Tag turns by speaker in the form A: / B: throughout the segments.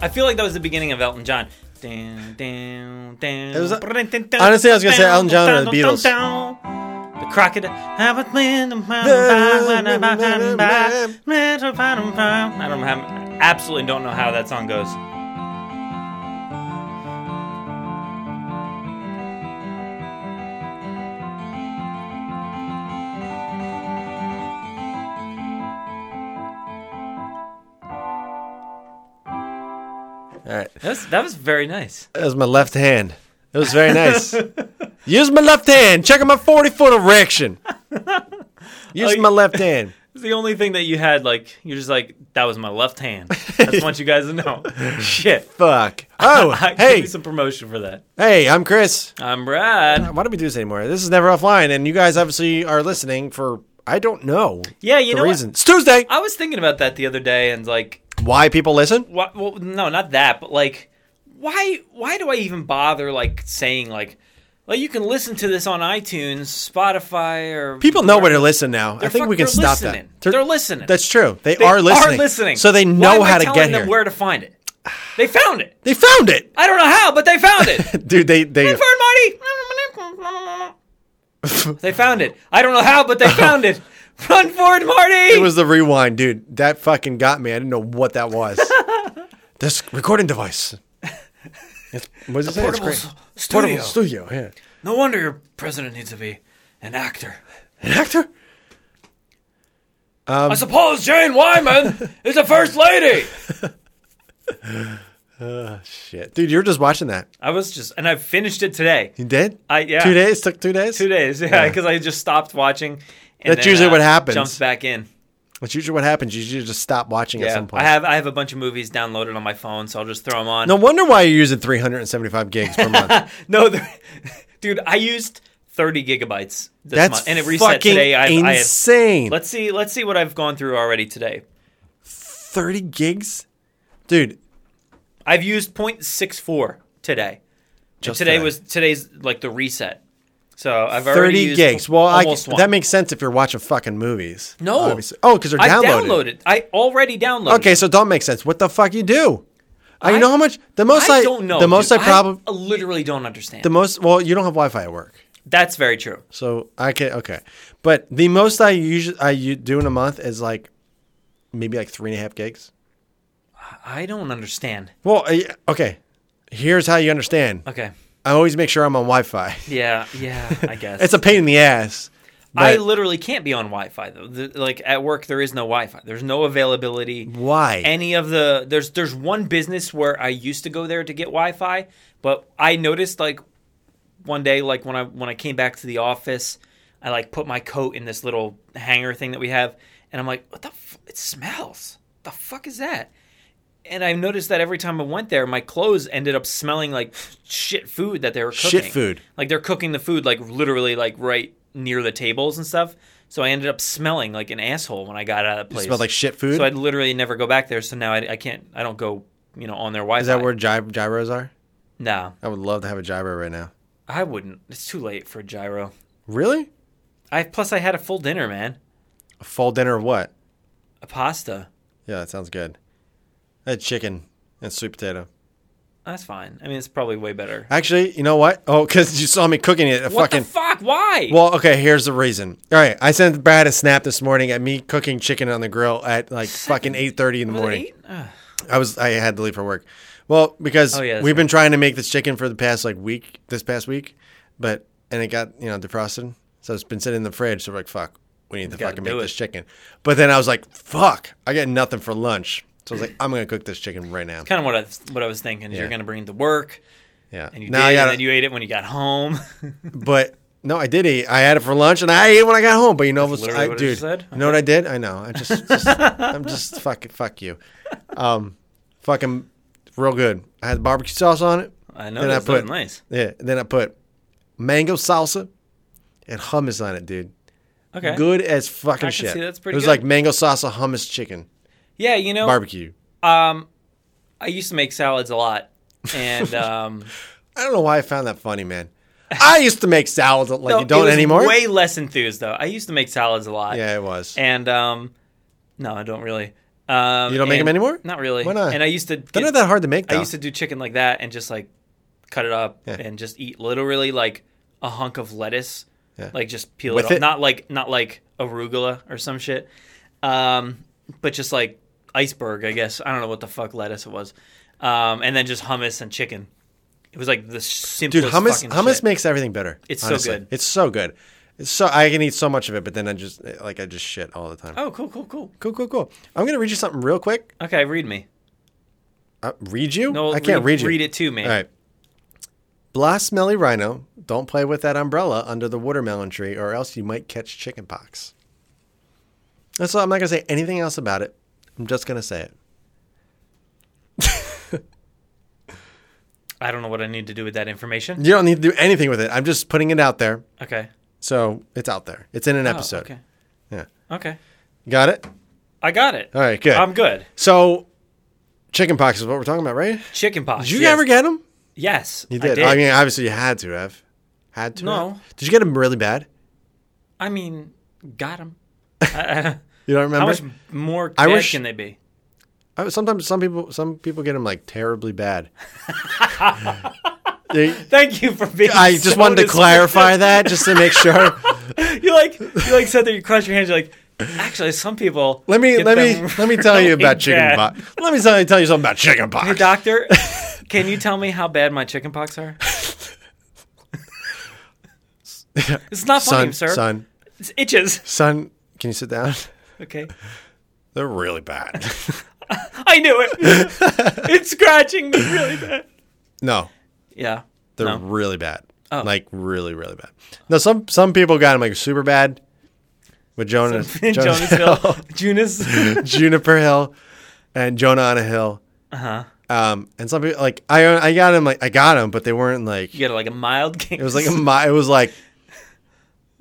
A: I feel like that was the beginning of Elton John. Down, down, down.
B: It was- honestly, I was gonna say Elton John or the Beatles.
A: The crocodile. I was in the mountain by- when I- Little bottom farm. I don't have, absolutely don't know how that song goes.
B: All right.
A: That was, that was very nice.
B: That was my left hand. It was very nice. Use my left hand. Check out my 40 foot erection. Use
A: Oh,
B: my left hand.
A: It's the only thing that you had, like, you're just like, that was my left hand. I just want you guys to know. Shit.
B: Fuck. Oh,
A: I Give
B: hey.
A: me some promotion for that.
B: Hey, I'm Chris.
A: I'm Brad.
B: Why do we do this anymore? This is never offline, and you guys obviously are listening for I don't know.
A: Yeah, you
B: the
A: know what?
B: reason. It's Tuesday.
A: I was thinking about that the other day and, like,
B: Why people listen?
A: why, well, no, not that, but like, why, why do I even bother like saying like, like you can listen to this on iTunes, Spotify, or
B: People know where to listen now. I think we can stop
A: listening.
B: that. They're-
A: They're, listening.
B: That's true. They,
A: They
B: are listening.
A: Are listening.
B: So they
A: Why
B: know
A: am I
B: how to
A: telling
B: get
A: them
B: here.
A: Where to find it? They found it.
B: They found it.
A: I don't know how, but they found it.
B: Dude, they they
A: They found Marty. they found it. I don't know how, but they found it. Run for it, Marty.
B: it was the rewind, dude. That fucking got me. I didn't know what that was. this recording device. It's, what does it say? It's
A: portable
B: great.
A: s-
B: Portable
A: studio.
B: studio. Yeah.
A: no wonder your president needs to be an actor.
B: An actor?
A: I suppose Jane Wyman is the first lady.
B: Shit, dude, you were just watching that.
A: I was just, and I finished it today.
B: You did?
A: I- yeah.
B: Two days took two days.
A: Two days, yeah, because I just stopped watching. And
B: That's usually what happens.
A: Jumps back in.
B: That's usually what happens. You usually just stop watching at
A: Yeah,
B: some point.
A: I have I have a bunch of movies downloaded on my phone, so I'll just throw them on.
B: No wonder why you're using 375 gigs per month.
A: No, the- dude, I used 30 gigabytes this
B: That's
A: month, and it reset
B: fucking
A: today. I, I had,
B: insane.
A: let's see, let's see what I've gone through already today.
B: 30 gigs, dude.
A: I've used 0.64 today.
B: Just
A: today
B: today.
A: was today's like the reset. So I've already
B: 30
A: used
B: gigs. Well, I,
A: almost one.
B: that makes sense if you're watching fucking movies.
A: No.
B: obviously. Oh, because they're
A: I
B: downloaded.
A: downloaded. I already downloaded.
B: Okay, so don't make sense. What the fuck you do? I,
A: I-
B: know how much. The most I,
A: I don't know.
B: The most
A: dude.
B: I probably.
A: I uh, literally don't understand.
B: The most. Well, you don't have Wi-Fi at work,
A: That's very true.
B: so I can. Okay, but the most I usually I u- do in a month is like maybe like three and a half gigs.
A: I don't understand.
B: Well, I, okay. Here's how you understand.
A: Okay.
B: I always make sure I'm on Wi-Fi.
A: Yeah, yeah, I guess.
B: It's a pain in the ass.
A: I
B: but-
A: literally can't be on Wi-Fi though. The, like at work, there is no Wi-Fi. There's no availability.
B: Why?
A: Any of the there's there's one business where I used to go there to get Wi-Fi, but I noticed like one day, like when I when I came back to the office, I like put my coat in this little hanger thing that we have, and I'm like, what the? F-? It smells. The fuck is that? And I noticed that every time I went there, my clothes ended up smelling like shit food that they were cooking.
B: Shit food.
A: Like they're cooking the food like literally like right near the tables and stuff. So I ended up smelling like an asshole when I got out of the place.
B: smelled like shit food?
A: So I'd literally never go back there. So now I, I can't. I don't go. You know, on their Wi-Fi.
B: Is that where gy- gyros are?
A: No,
B: I would love to have a gyro right now.
A: I wouldn't. It's too late for a gyro.
B: Really?
A: I plus I had a full dinner, man.
B: A full dinner of what?
A: A pasta.
B: Yeah, that sounds good. I had chicken and sweet potato.
A: That's fine. I mean, it's probably way better.
B: Actually, you know what? Oh, because you saw me cooking it. A
A: What
B: fucking.
A: the fuck? Why?
B: well, okay. Here's the reason. All right, I sent Brad a snap this morning at me cooking chicken on the grill at like fucking eight thirty in the
A: Was it
B: morning.
A: eight? Ugh.
B: I was I had to leave for work. Well, because
A: Oh, yeah, that's
B: we've been trying to make this chicken for the past like week, this past week, but and it got you know defrosted, so it's been sitting in the fridge. So we're like, fuck, we need to
A: gotta
B: fucking
A: do
B: make
A: it.
B: this chicken. But then I was like, fuck, I got nothing for lunch, so I was like, I'm gonna cook this chicken right now.
A: Kind of what I what I was thinking. is You're
B: Yeah.
A: gonna bring it to work,
B: Yeah,
A: and you
B: now
A: did,
B: I
A: and
B: got
A: then you ate it when you got home.
B: but. No, I did eat. I had it for lunch, and I ate it when I got home. But you know, what was,
A: literally
B: I,
A: what I
B: dude,
A: just said?
B: you know what I did? I know. I just, just I'm just fucking fuck you, um, fucking real good. I had barbecue sauce on it.
A: I know
B: Then
A: that's
B: I put
A: nice.
B: Yeah, and then I put mango salsa and hummus on it, dude.
A: Okay.
B: Good as fucking
A: I can
B: shit.
A: see that's pretty
B: it was
A: good.
B: like mango salsa hummus chicken
A: Yeah, you know,
B: barbecue.
A: um, I used to make salads a lot, and um,
B: I don't know why I found that funny, man. I used to make salads like
A: no,
B: you
A: it
B: don't
A: was
B: anymore.
A: Way less enthused though. I used to make salads a lot.
B: yeah, it was.
A: And um, no, I don't really. Um,
B: You don't make
A: and-
B: 'em anymore?
A: Not really.
B: Why not?
A: And I used to. get-
B: They're not that hard to make. Though.
A: I used to do chicken like that and just like cut it up
B: Yeah.
A: and just eat literally like a hunk of lettuce,
B: Yeah.
A: like just peel it
B: With
A: off.
B: it?
A: Not like not like arugula or some shit, um, but just like iceberg. I guess I don't know what the fuck lettuce it was, um, and then just hummus and chicken. It was like the
B: Dude,
A: simplest.
B: hummus
A: fucking
B: hummus
A: shit.
B: makes everything better.
A: It's so
B: honestly.
A: good.
B: It's so good. It's so I can eat so much of it, but then I just like I just shit all the time.
A: oh, cool, cool, cool.
B: Cool, cool, cool. I'm gonna read you something real quick.
A: Okay, read me.
B: Uh, read you?
A: No,
B: I can't
A: read,
B: read, you.
A: Read it to me.
B: All right. Blah smelly rhino, don't play with that umbrella under the watermelon tree, or else you might catch chicken pox. And so I'm not gonna say anything else about it. I'm just gonna say it.
A: I don't know what I need to do with that information.
B: You don't need to do anything with it. I'm just putting it out there.
A: Okay.
B: So it's out there. It's in an
A: Oh,
B: episode.
A: okay.
B: Yeah.
A: Okay.
B: Got it?
A: I got it.
B: All right, good.
A: I'm good.
B: So, chicken pox is what we're talking about, right?
A: Chicken pox.
B: Did you
A: yes.
B: ever get them?
A: Yes.
B: You did. I,
A: I did.
B: mean, obviously you had to have. Had to.
A: No.
B: have. Did you get them really bad?
A: I mean, got them. How
B: You don't remember?
A: much more
B: I
A: bad
B: wish-
A: can they be?
B: I- sometimes some people some people get them like terribly bad. They-
A: Thank you for being.
B: I just
A: so
B: wanted to
A: dis-
B: clarify that just to make sure.
A: You like you like said that you cross your hands. You're like, actually, some people.
B: Let me
A: get
B: let me
A: them
B: let me tell you
A: really
B: about chicken
A: bad.
B: pox. Let me tell you, tell you something about chicken
A: Hey,
B: pox.
A: doctor, can you tell me how bad my chicken pox are? it's not funny,
B: Son,
A: sir.
B: son,
A: It's itches.
B: son, can you sit down?
A: Okay.
B: They're really bad.
A: I knew it. it's scratching me really bad.
B: no,
A: Yeah.
B: They're
A: No.
B: really bad.
A: Oh.
B: Like really, really bad. No, some some people got them like super bad. With Jonas, Mm-hmm.
A: In
B: Jonas
A: Jonasville, Junis.
B: Juniper Hill, and Jonah on a Hill.
A: uh huh.
B: Um, and some people like I I got them like I got them, but they weren't like
A: You get like a mild case.
B: it was like a mi- it was like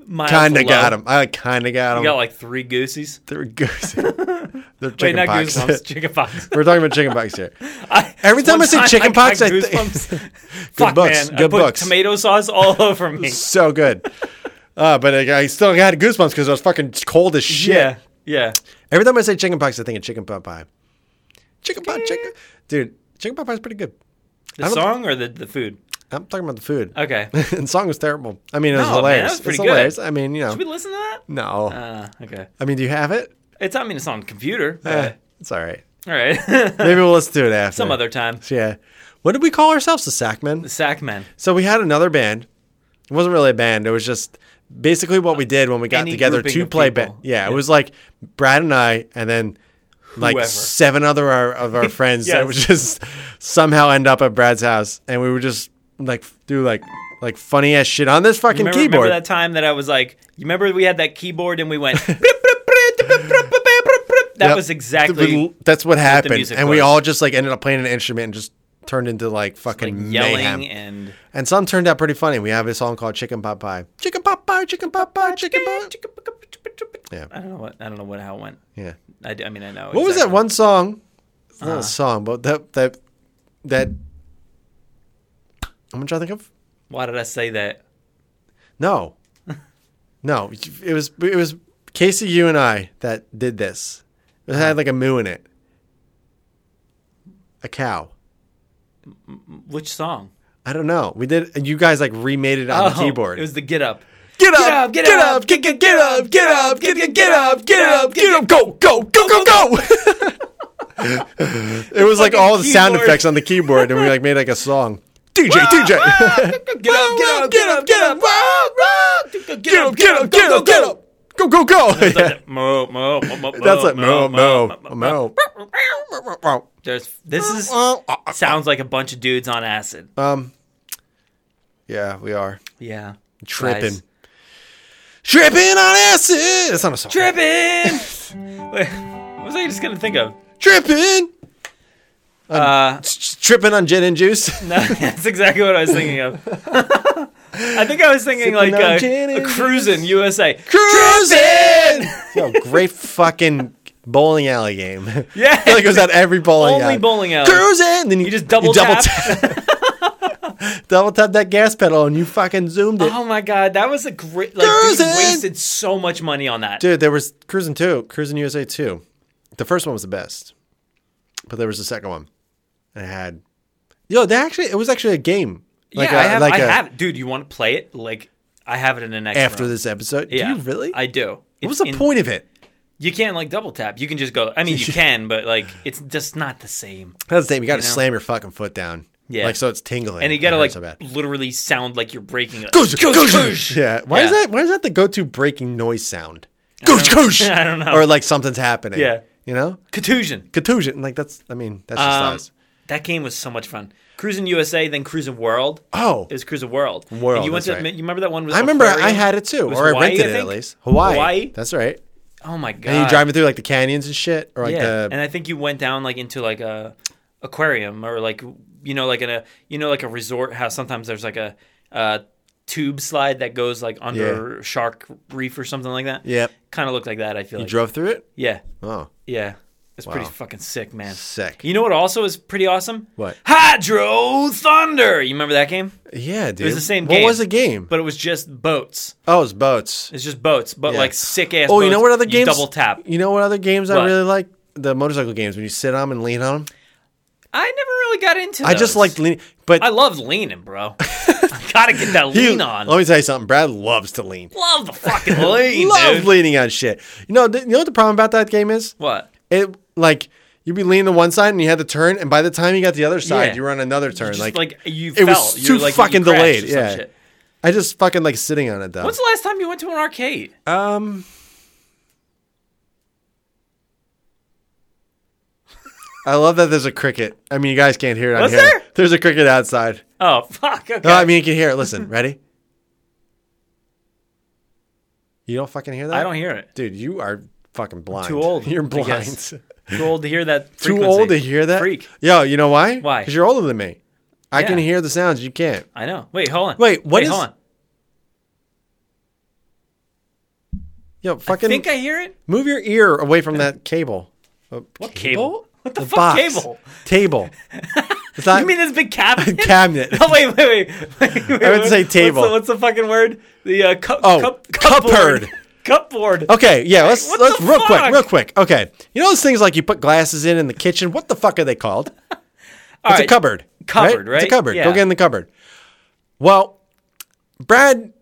A: mild
B: kind of
A: low.
B: got them. I like, kind of got
A: You got
B: them.
A: like three goosies.
B: They're goosey. They're
A: Wait,
B: chicken
A: not
B: pox.
A: goosebumps, chicken pox.
B: We're talking about chicken pox here.
A: I-
B: Every time
A: one
B: I say chicken
A: got
B: pox, I think-
A: goosebumps. Fuck,
B: books,
A: man. I
B: good
A: put
B: books.
A: Tomato sauce all over me.
B: So good. Uh, but I, I still got goosebumps because I was fucking cold as shit.
A: Yeah, yeah.
B: Every time I say chicken pox, I think of chicken pot pie. Chicken pot, chicken. Dude, chicken pot pie is pretty good.
A: The
B: don't-
A: song or the, the food?
B: I'm talking about the food.
A: Okay. Should
B: and the song was terrible. I mean, it was
A: No, man,
B: hilarious.
A: that was pretty
B: it's
A: good.
B: hilarious. I mean, you know.
A: we listen to that?
B: No.
A: Uh, okay.
B: I mean, do you have it?
A: It's I mean it's on computer.
B: Eh,
A: but-
B: it's all right.
A: all right.
B: Maybe we'll listen to it after.
A: Uh, Some other time.
B: Yeah. What did we call ourselves? The Sackmen?
A: The Sack Men.
B: So we had another band. It wasn't really a band. It was just basically what we did when we got
A: Any
B: together
A: grouping
B: to
A: of
B: play
A: people.
B: band. Yeah, it was like Brad and I, and then like
A: Whoever.
B: seven other our, of our friends that
A: Yes.
B: would just somehow end up at Brad's house, and we would just like do like like funny ass shit on this fucking
A: Remember,
B: keyboard.
A: remember that time that I was like, you remember we had that keyboard and we went. that
B: Yep.
A: was exactly
B: that's what happened,
A: music
B: and we
A: was.
B: all just like ended up playing an instrument and just turned into like
A: like
B: fucking
A: yelling
B: mayhem.
A: and
B: And some turned out pretty funny. We have a song called Chicken Pot Pie. Chicken Pot Pie, Chicken Pot Pie, Chicken Pot. Yeah.
A: I don't know what I don't know what how it went.
B: Yeah.
A: I, d- I mean I know.
B: What was that one song? It's
A: Uh-huh.
B: not a song, but that that that. I'm trying to think of.
A: Why did I say that?
B: No, no, it was it was Casey, you and I that did this. It
A: Uh-huh.
B: had like a moo in it. A cow.
A: Which song?
B: I don't know. We did. You guys like remade it on the
A: Oh,
B: keyboard.
A: It was the Get Up.
B: Get
A: up, get up,
B: get get get up, get up, get get get up, get up, get up, go, go, go, go, go. it was like
A: fucking
B: all the sound
A: keyboard.
B: effects on the keyboard, and we like made like a song. DJ, DJ,
A: Get up, get up, get up, get up.
B: wow, wow.
A: Get up, get up,
B: get up, get up, go, go, go. Yeah.
A: Mo, mo, mo, mo,
B: That's it.
A: mo,
B: Mo, mo,
A: mo, mo.
B: mo.
A: There's this is sounds like a bunch of dudes on acid.
B: Um. Yeah, we are
A: Yeah.
B: tripping,
A: Guys.
B: tripping on acid. That's not a song.
A: Tripping. Wait, what was I just gonna think of?
B: tripping. Um,
A: Uh,
B: tripping on gin and juice.
A: no, that's exactly what I was thinking of. I think I was thinking
B: Sipping
A: like
B: on
A: a,
B: gin
A: a
B: and
A: cruising USA.
B: Cruising. Yo, great fucking bowling alley game.
A: Yeah.
B: I feel like it was at every bowling
A: Only
B: alley.
A: bowling alley.
B: Cruising. Then you,
A: You just double tap.
B: double tap that gas pedal and you fucking zoomed it.
A: Oh my god, that was a great. Like, dude
B: Cruising.
A: wasted so much money on that.
B: Dude, there was Cruising 2, Cruising USA 2. The first one was the best, but there was a second one. And it had, yo, they actually it was actually a game.
A: yeah, I
B: a-
A: have. I
B: a-
A: have. Dude, you want to play it? Like, I have it in the next
B: After
A: room.
B: this episode,
A: Yeah,
B: do you really?
A: I do.
B: what
A: It's
B: was the
A: in-
B: point of it?
A: You can't like double tap. You can just go. I mean, you can, but like, it's just not the same.
B: That's the thing. You got to
A: You know?
B: slam your fucking foot down.
A: Yeah.
B: like so it's tingling.
A: And you gotta
B: It
A: like
B: hurts so bad.
A: literally sound like you're breaking it.
B: Goosh, goosh,
A: goosh.
B: Yeah. Why is
A: Yeah.
B: that? Why is that the go-to breaking noise sound? Goosh, goosh.
A: I don't know.
B: Or like something's happening.
A: Yeah.
B: You know,
A: Contusion.
B: contusion. Like that's. I mean, that's just
A: Um,
B: us.
A: that game was so much fun. Cruising USA, then Cruising World.
B: Oh,
A: It was Cruising World. And
B: World,
A: you went
B: that's
A: to.
B: right.
A: You remember that one? Was
B: I remember I
A: Aquarium?
B: had it too,
A: was
B: or I
A: Hawaii,
B: rented
A: I
B: it at
A: think?
B: least. Hawaii.
A: Hawaii?
B: That's right.
A: Oh my god.
B: And you driving through like the canyons and shit, or like
A: yeah.
B: the
A: and I think you went down like into like a aquarium or like you know like in a you know like a resort how sometimes there's like a uh, tube slide that goes like under shark reef or something like that.
B: Yep.
A: Kind of looked like that. I feel
B: you
A: like.
B: drove through it.
A: yeah.
B: Oh,
A: Yeah. It's pretty
B: Wow.
A: fucking sick, man.
B: sick.
A: You know what also is pretty awesome?
B: What?
A: Hydro Thunder. You remember that game?
B: Yeah, dude. It
A: was the same
B: What
A: game.
B: was the game?
A: But it was just boats.
B: Oh, it was boats.
A: It's just boats, but
B: Yeah.
A: like sick ass.
B: Oh, you know what other games?
A: Double tap.
B: You know what other games I
A: What?
B: really like? The motorcycle games when you sit on 'em and lean on 'em.
A: I never really got into.
B: I
A: those.
B: just like leaning, but
A: I love leaning, bro. I gotta get that
B: he-
A: lean on.
B: Let me tell you something. Brad loves to lean.
A: Love the fucking lean,
B: Love
A: dude.
B: leaning on shit. You know, th- you know what the problem about that game is?
A: What?
B: It like you'd be leaning to one side and you had to turn, and by the time you got the other side,
A: Yeah.
B: you were on another turn.
A: Just
B: like,
A: like, you
B: it
A: fell.
B: was
A: You're
B: too
A: like, you
B: fucking
A: crashed or
B: delayed.
A: some
B: Yeah,
A: shit.
B: I just fucking like sitting on it though.
A: When's the last time you went to an arcade?
B: um, I love that there's a cricket. I mean, you guys can't hear it. on
A: Was
B: here.
A: there?
B: There's a cricket outside.
A: Oh fuck. Okay.
B: No, I mean you can hear it. Listen, ready? You don't fucking hear that?
A: I don't hear it.
B: Dude, you are fucking blind.
A: Too old,
B: You're
A: I
B: blind.
A: guess. Too old to hear that.
B: Too
A: frequency.
B: old to hear that?
A: Freak.
B: Yo, you know why?
A: Why?
B: Because you're older than me. I can
A: Yeah.
B: hear the sounds. You can't.
A: I know. Wait, hold on.
B: Wait, what
A: Wait,
B: is-
A: Hold on.
B: Yo, fucking
A: I think I hear it.
B: move your ear away from that cable. Oh,
A: What cable? What the, fuck
B: box.
A: cable?
B: Table. It's not
A: You mean this big cabinet?
B: cabinet.
A: Oh wait, wait, wait. wait, wait
B: I would say table.
A: What's the, what's the fucking word? The uh, cup.
B: Oh,
A: cup,
B: cupboard.
A: cupboard. cupboard.
B: Okay, yeah, let's
A: What
B: let's
A: the
B: real quick,
A: fuck?
B: real quick. Okay. You know those things like you put glasses in in the kitchen? What the fuck are they called?
A: All
B: it's
A: right.
B: a cupboard.
A: Cupboard,
B: It's a
A: right?
B: cupboard. Go
A: Yeah.
B: get in the cupboard. Well, Brad.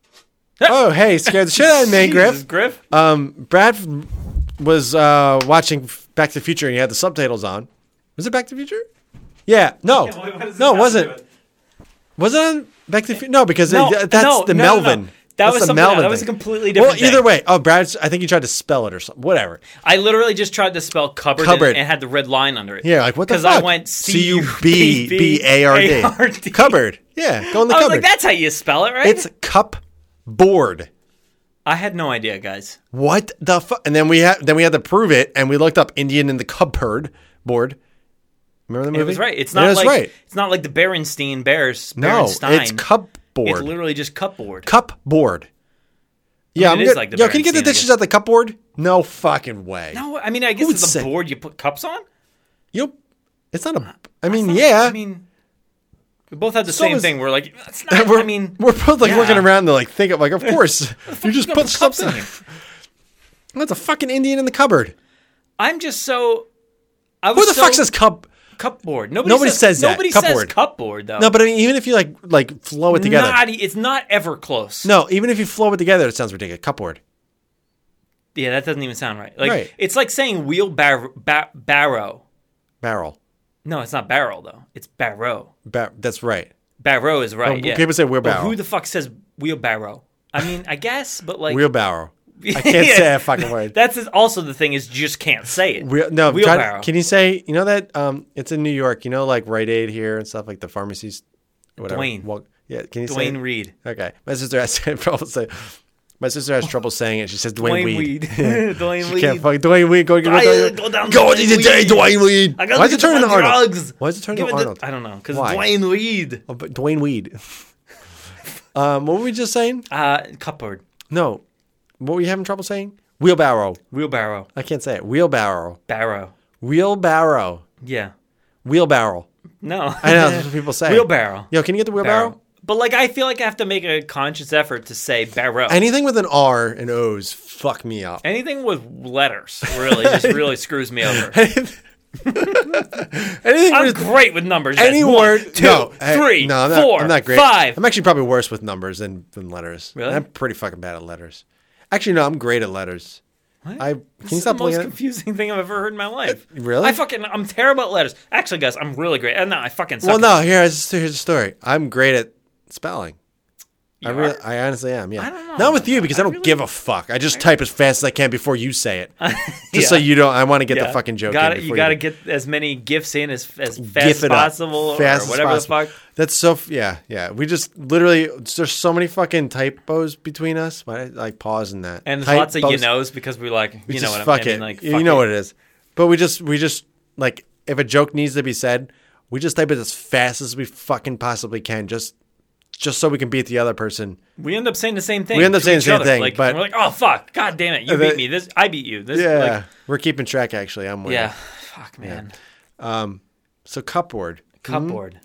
B: oh, hey, scared the shit out of me,
A: Jesus,
B: Griff.
A: Griff.
B: Um, Brad f- was uh, watching F- Back to the Future and he had the subtitles on. Was it Back to the Future? Yeah. No.
A: Yeah, what- what does this have to
B: no, it
A: do
B: wasn't.
A: with-
B: Was it on Back to the Future? No, because
A: No,
B: it- that's
A: no,
B: the
A: no, no, no.
B: Melvin.
A: That
B: That's
A: was
B: the
A: something else.
B: Melvin
A: That was
B: thing.
A: a completely different
B: Well, either
A: thing.
B: way. Oh, Brad, I think he tried to spell it or something. Whatever.
A: I literally just tried to spell cupboard,
B: Cupboard.
A: And, and had the red line under it.
B: Yeah, like what the fuck?
A: Because I went
B: C U B B A R D.
A: C-U-B-B-A-R-D.
B: Cupboard. Yeah, go in the
A: I was
B: cupboard.
A: like, that's how you spell it, right?
B: It's cup board.
A: I had no idea, guys.
B: What the fuck? And then we had then we had to prove it, and we looked up Indian in the cupboard board. Remember the movie?
A: It was right. It's
B: And
A: not
B: it was
A: like
B: right.
A: it's not like the Berenstein Bears.
B: No,
A: Berenstein.
B: it's cupboard.
A: It's literally just cupboard.
B: cup board. Yeah,
A: I mean,
B: I'm
A: it is
B: good.
A: like the
B: Yo, can you get
A: Berenstein,
B: the
A: I
B: dishes
A: guess.
B: out the cupboard? No fucking way.
A: No, I mean, I guess
B: would
A: it's
B: say-
A: a board you put cups on.
B: You. It's not a. I mean, yeah.
A: I mean, we both had the same
B: was-
A: thing. We're like, it's not.
B: we're,
A: I mean,
B: we're both like
A: yeah.
B: looking around to like think of like, of course, you just
A: gonna
B: put
A: put cups
B: something.
A: in here?
B: That's a fucking Indian in the cupboard.
A: I'm just so. I was
B: Who the
A: so,
B: fuck says cup?
A: cupboard? Nobody,
B: Nobody says that.
A: Nobody says
B: Cupboard.
A: cupboard though.
B: No, but I mean, even if you like like flow it together,
A: Not, it's not ever close.
B: no, even if you flow it together, it sounds ridiculous. Cupboard.
A: Yeah, that doesn't even sound right. Like
B: Right.
A: it's like saying wheelbarrow. Ba- barrow.
B: Barrel.
A: No, it's not barrel though. It's barrow.
B: Ba- that's right.
A: Barrow is right.
B: No,
A: yeah.
B: people say wheelbarrow.
A: But who the fuck says wheelbarrow? I mean, I guess, but like
B: Wheelbarrow. I can't
A: Yeah.
B: say that fucking word.
A: That's is- also the thing is you just can't say it.
B: Wheel, no, try to-
A: wheelbarrow.
B: can you say? You know that um, it's in New York. You know, like Rite Aid here and stuff, like the pharmacies. Whatever.
A: Dwayne.
B: Walk- yeah. Can you say?
A: Dwayne Reed.
B: Okay. My sister has trouble say. My sister has trouble saying it. She says Dwayne,
A: Dwayne Weed.
B: Weed.
A: Dwayne
B: She can't
A: Weed.
B: fucking Dwayne Weed. Go get
A: I, uh,
B: Dwayne
A: go
B: Weed.
A: down to
B: Go
A: Dwayne
B: in today,
A: Weed.
B: Dwayne Weed.
A: I gotta
B: Why's
A: go get
B: it turning to
A: my
B: Arnold?
A: drugs.
B: Why is it turning
A: Give
B: to
A: it the-
B: Arnold?
A: I don't know because
B: Why?
A: Dwayne Reed.
B: Oh, but Dwayne Weed. um, what were we just saying?
A: Uh, cupboard,
B: No. What were you having trouble saying? Wheelbarrow.
A: wheelbarrow,
B: I can't say it. Wheelbarrow.
A: barrow.
B: Wheelbarrow.
A: Yeah.
B: Wheelbarrow.
A: No.
B: I know that's what people say.
A: Wheelbarrow.
B: Yo, can you get the wheelbarrow?
A: Barrow. But like, I feel like I have to make a conscious effort to say Barrow.
B: Anything with an R and O's fuck me up.
A: Anything with letters really just really screws me over.
B: Anything
A: I'm
B: with
A: great with numbers. guys.
B: any
A: One,
B: word,
A: two,
B: no, hey,
A: three,
B: no, I'm not,
A: four,
B: I'm not great.
A: five.
B: I'm actually probably worse with numbers than, than letters.
A: Really?
B: I'm pretty fucking bad at letters. Actually, no, I'm great at letters. I can you
A: This is the
B: stop
A: most
B: looking at
A: confusing thing I've ever heard in my life.
B: really?
A: I fucking I'm terrible at letters. Actually, guys, I'm really great. Uh, No, I fucking suck.
B: Well,
A: at-
B: no. Here's here's the story. I'm great at spelling. I
A: You
B: really,
A: are?
B: I honestly am. Yeah.
A: I don't know
B: Not
A: about
B: with you because I, don't give a fuck. I just type as fast as I can before you say it, just so
A: Yeah.
B: you don't. I want to get
A: Yeah.
B: the fucking joke.
A: Gotta-
B: in
A: you
B: before
A: got to get as many gifts in as as fast
B: Gif
A: as
B: it up.
A: possible
B: Fast
A: or
B: as
A: whatever
B: possible.
A: the fuck.
B: That's so. f- Yeah, yeah. We just literally. There's so many fucking typos between us. Why like pause in that?
A: And there's
B: Typos.
A: lots of you knows because we like
B: We
A: you know
B: just
A: what I
B: fuck
A: mean.
B: it.
A: Like
B: you
A: fuck
B: know
A: it.
B: what it is. But we just we just like if a joke needs to be said, we just type it as fast as we fucking possibly can, just just so we can beat the other person.
A: We end up saying the same thing.
B: We end up
A: to
B: saying the
A: each
B: same
A: other.
B: thing,
A: Like,
B: but-
A: and we're like, oh fuck, god damn it, you
B: And then-
A: beat me. This I beat you. This
B: Yeah,
A: like,
B: we're keeping track. Actually, I'm winning.
A: yeah, fuck man,
B: Mm-hmm. So cupboard.
A: cupboard.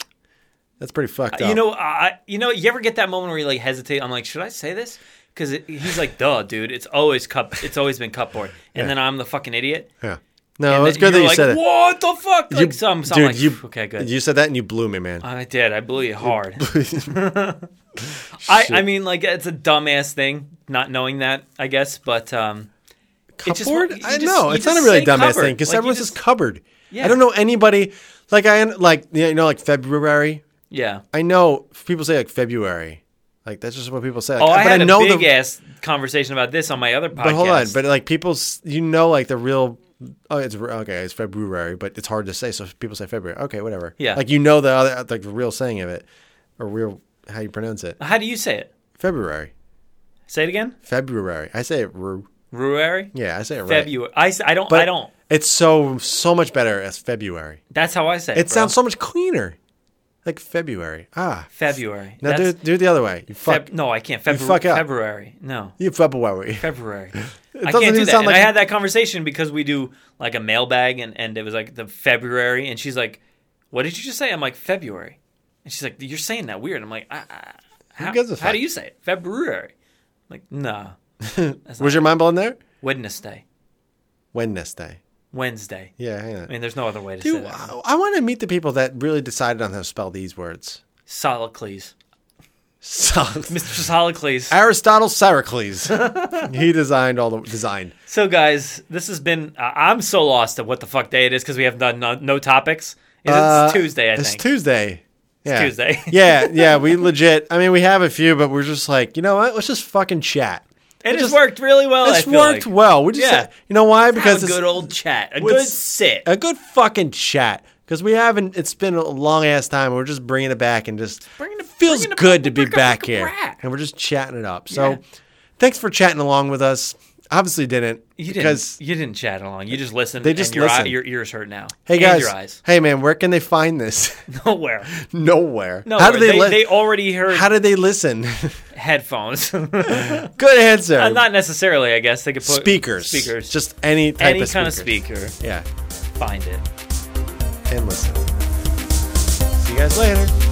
B: That's pretty fucked up.
A: You know, I you know, you ever get that moment where you like hesitate? I'm like, should I say this? Because he's like, duh, dude, it's always cup, it's always been cupboard, and then I'm the fucking idiot.
B: Yeah. No,
A: And
B: it's good that
A: you're
B: you
A: like,
B: said it.
A: What the fuck? Like,
B: You-
A: so I'm, so I'm
B: dude,
A: like,
B: you
A: okay, good. Uh,
B: You said that and you blew me, man.
A: I did. I blew you hard. I, I mean, like, it's a dumbass thing, not knowing that, I guess, but um, it just-
B: cupboard?
A: you
B: I
A: just-
B: know
A: you
B: it's not a
A: just
B: really
A: say
B: dumbass
A: cupboard.
B: thing because
A: Like, you
B: everyone
A: just-
B: says cupboard. I
A: Yeah.
B: don't know anybody like I like you know like February.
A: yeah.
B: I know people say like February, like that's just what people say. Like,
A: Oh, I
B: but
A: had
B: I
A: a
B: know
A: big
B: the
A: ass conversation about this on my other podcast.
B: but hold on, but like people, s- you know, like the real. Oh, it's okay. It's February, but it's hard to say. So people say February. Okay, whatever.
A: Yeah.
B: Like you know the other like the real saying of it, or real how you pronounce it.
A: how do you say it?
B: February,
A: Say it again.
B: February. I say it. ru-
A: Ruary.
B: Yeah, I say it right.
A: February. I, s- I don't.
B: But
A: I don't.
B: It's so so much better as February.
A: That's how I say it.
B: It
A: bro.
B: sounds so much cleaner. Like February. Ah.
A: February.
B: Now do,
A: That's
B: do it the other way. You fuck.
A: Feb- no, I can't. February.
B: fuck up.
A: February. No.
B: you February.
A: February. I
B: doesn't
A: can't do
B: even
A: that.
B: sound
A: and I
B: like-
A: had that conversation because we do like a mailbag, and and it was like the February, and she's like, "What did you just say?" I'm like February, and she's like, "You're saying that weird." I'm like, I, I, "How,
B: gives a
A: how
B: fuck?
A: do you say it?" February. I'm like, nah.
B: Was your mind blown there?
A: Wednesday.
B: Wednesday.
A: Wednesday.
B: Yeah, hang on.
A: I mean, there's no other way to say
B: Dude,
A: that.
B: I, I want to meet the people that really decided on how to spell these words.
A: Solocles.
B: So,
A: Mr. Solocles.
B: Aristotle Syracles. he designed all the design.
A: So, guys, this has been. Uh, I'm so lost at what the fuck day it is because we have done no, no topics. It's,
B: Uh,
A: it's Tuesday, I
B: it's
A: think.
B: Tuesday. Yeah.
A: Tuesday.
B: yeah, yeah. We legit. I mean, we have a few, but we're just like, you know what? Let's just fucking chat.
A: it has
B: just-
A: worked really well. I
B: This
A: feel
B: worked
A: like.
B: well. We just,
A: Yeah.
B: you know why? Because
A: Have a
B: it's
A: good old chat. A
B: with-
A: good sit.
B: a good fucking chat because we haven't. It's been a long ass time. We're just bringing it back and just
A: bringing it-
B: feels
A: bringing it
B: good to
A: back,
B: be
A: back,
B: back
A: back,
B: here,
A: back.
B: and we're just chatting it up. So,
A: Yeah.
B: thanks for chatting along with us. Obviously, didn't
A: you didn't.
B: because
A: You didn't chat along. You just listened.
B: They just
A: and your, eye-
B: listened.
A: your ears hurt now.
B: hey
A: And
B: guys,
A: your eyes.
B: hey man, where can they find this?
A: Nowhere.
B: Nowhere.
A: No.
B: How do they?
A: They,
B: li-
A: they already heard
B: how do Oh, they listen?
A: headphones.
B: good answer.
A: Uh, Not necessarily. I guess they could put
B: speakers.
A: Speakers.
B: Just any type
A: any
B: of
A: kind of
B: speakers.
A: speaker.
B: Yeah,
A: Find it.
B: and listen. See you guys later.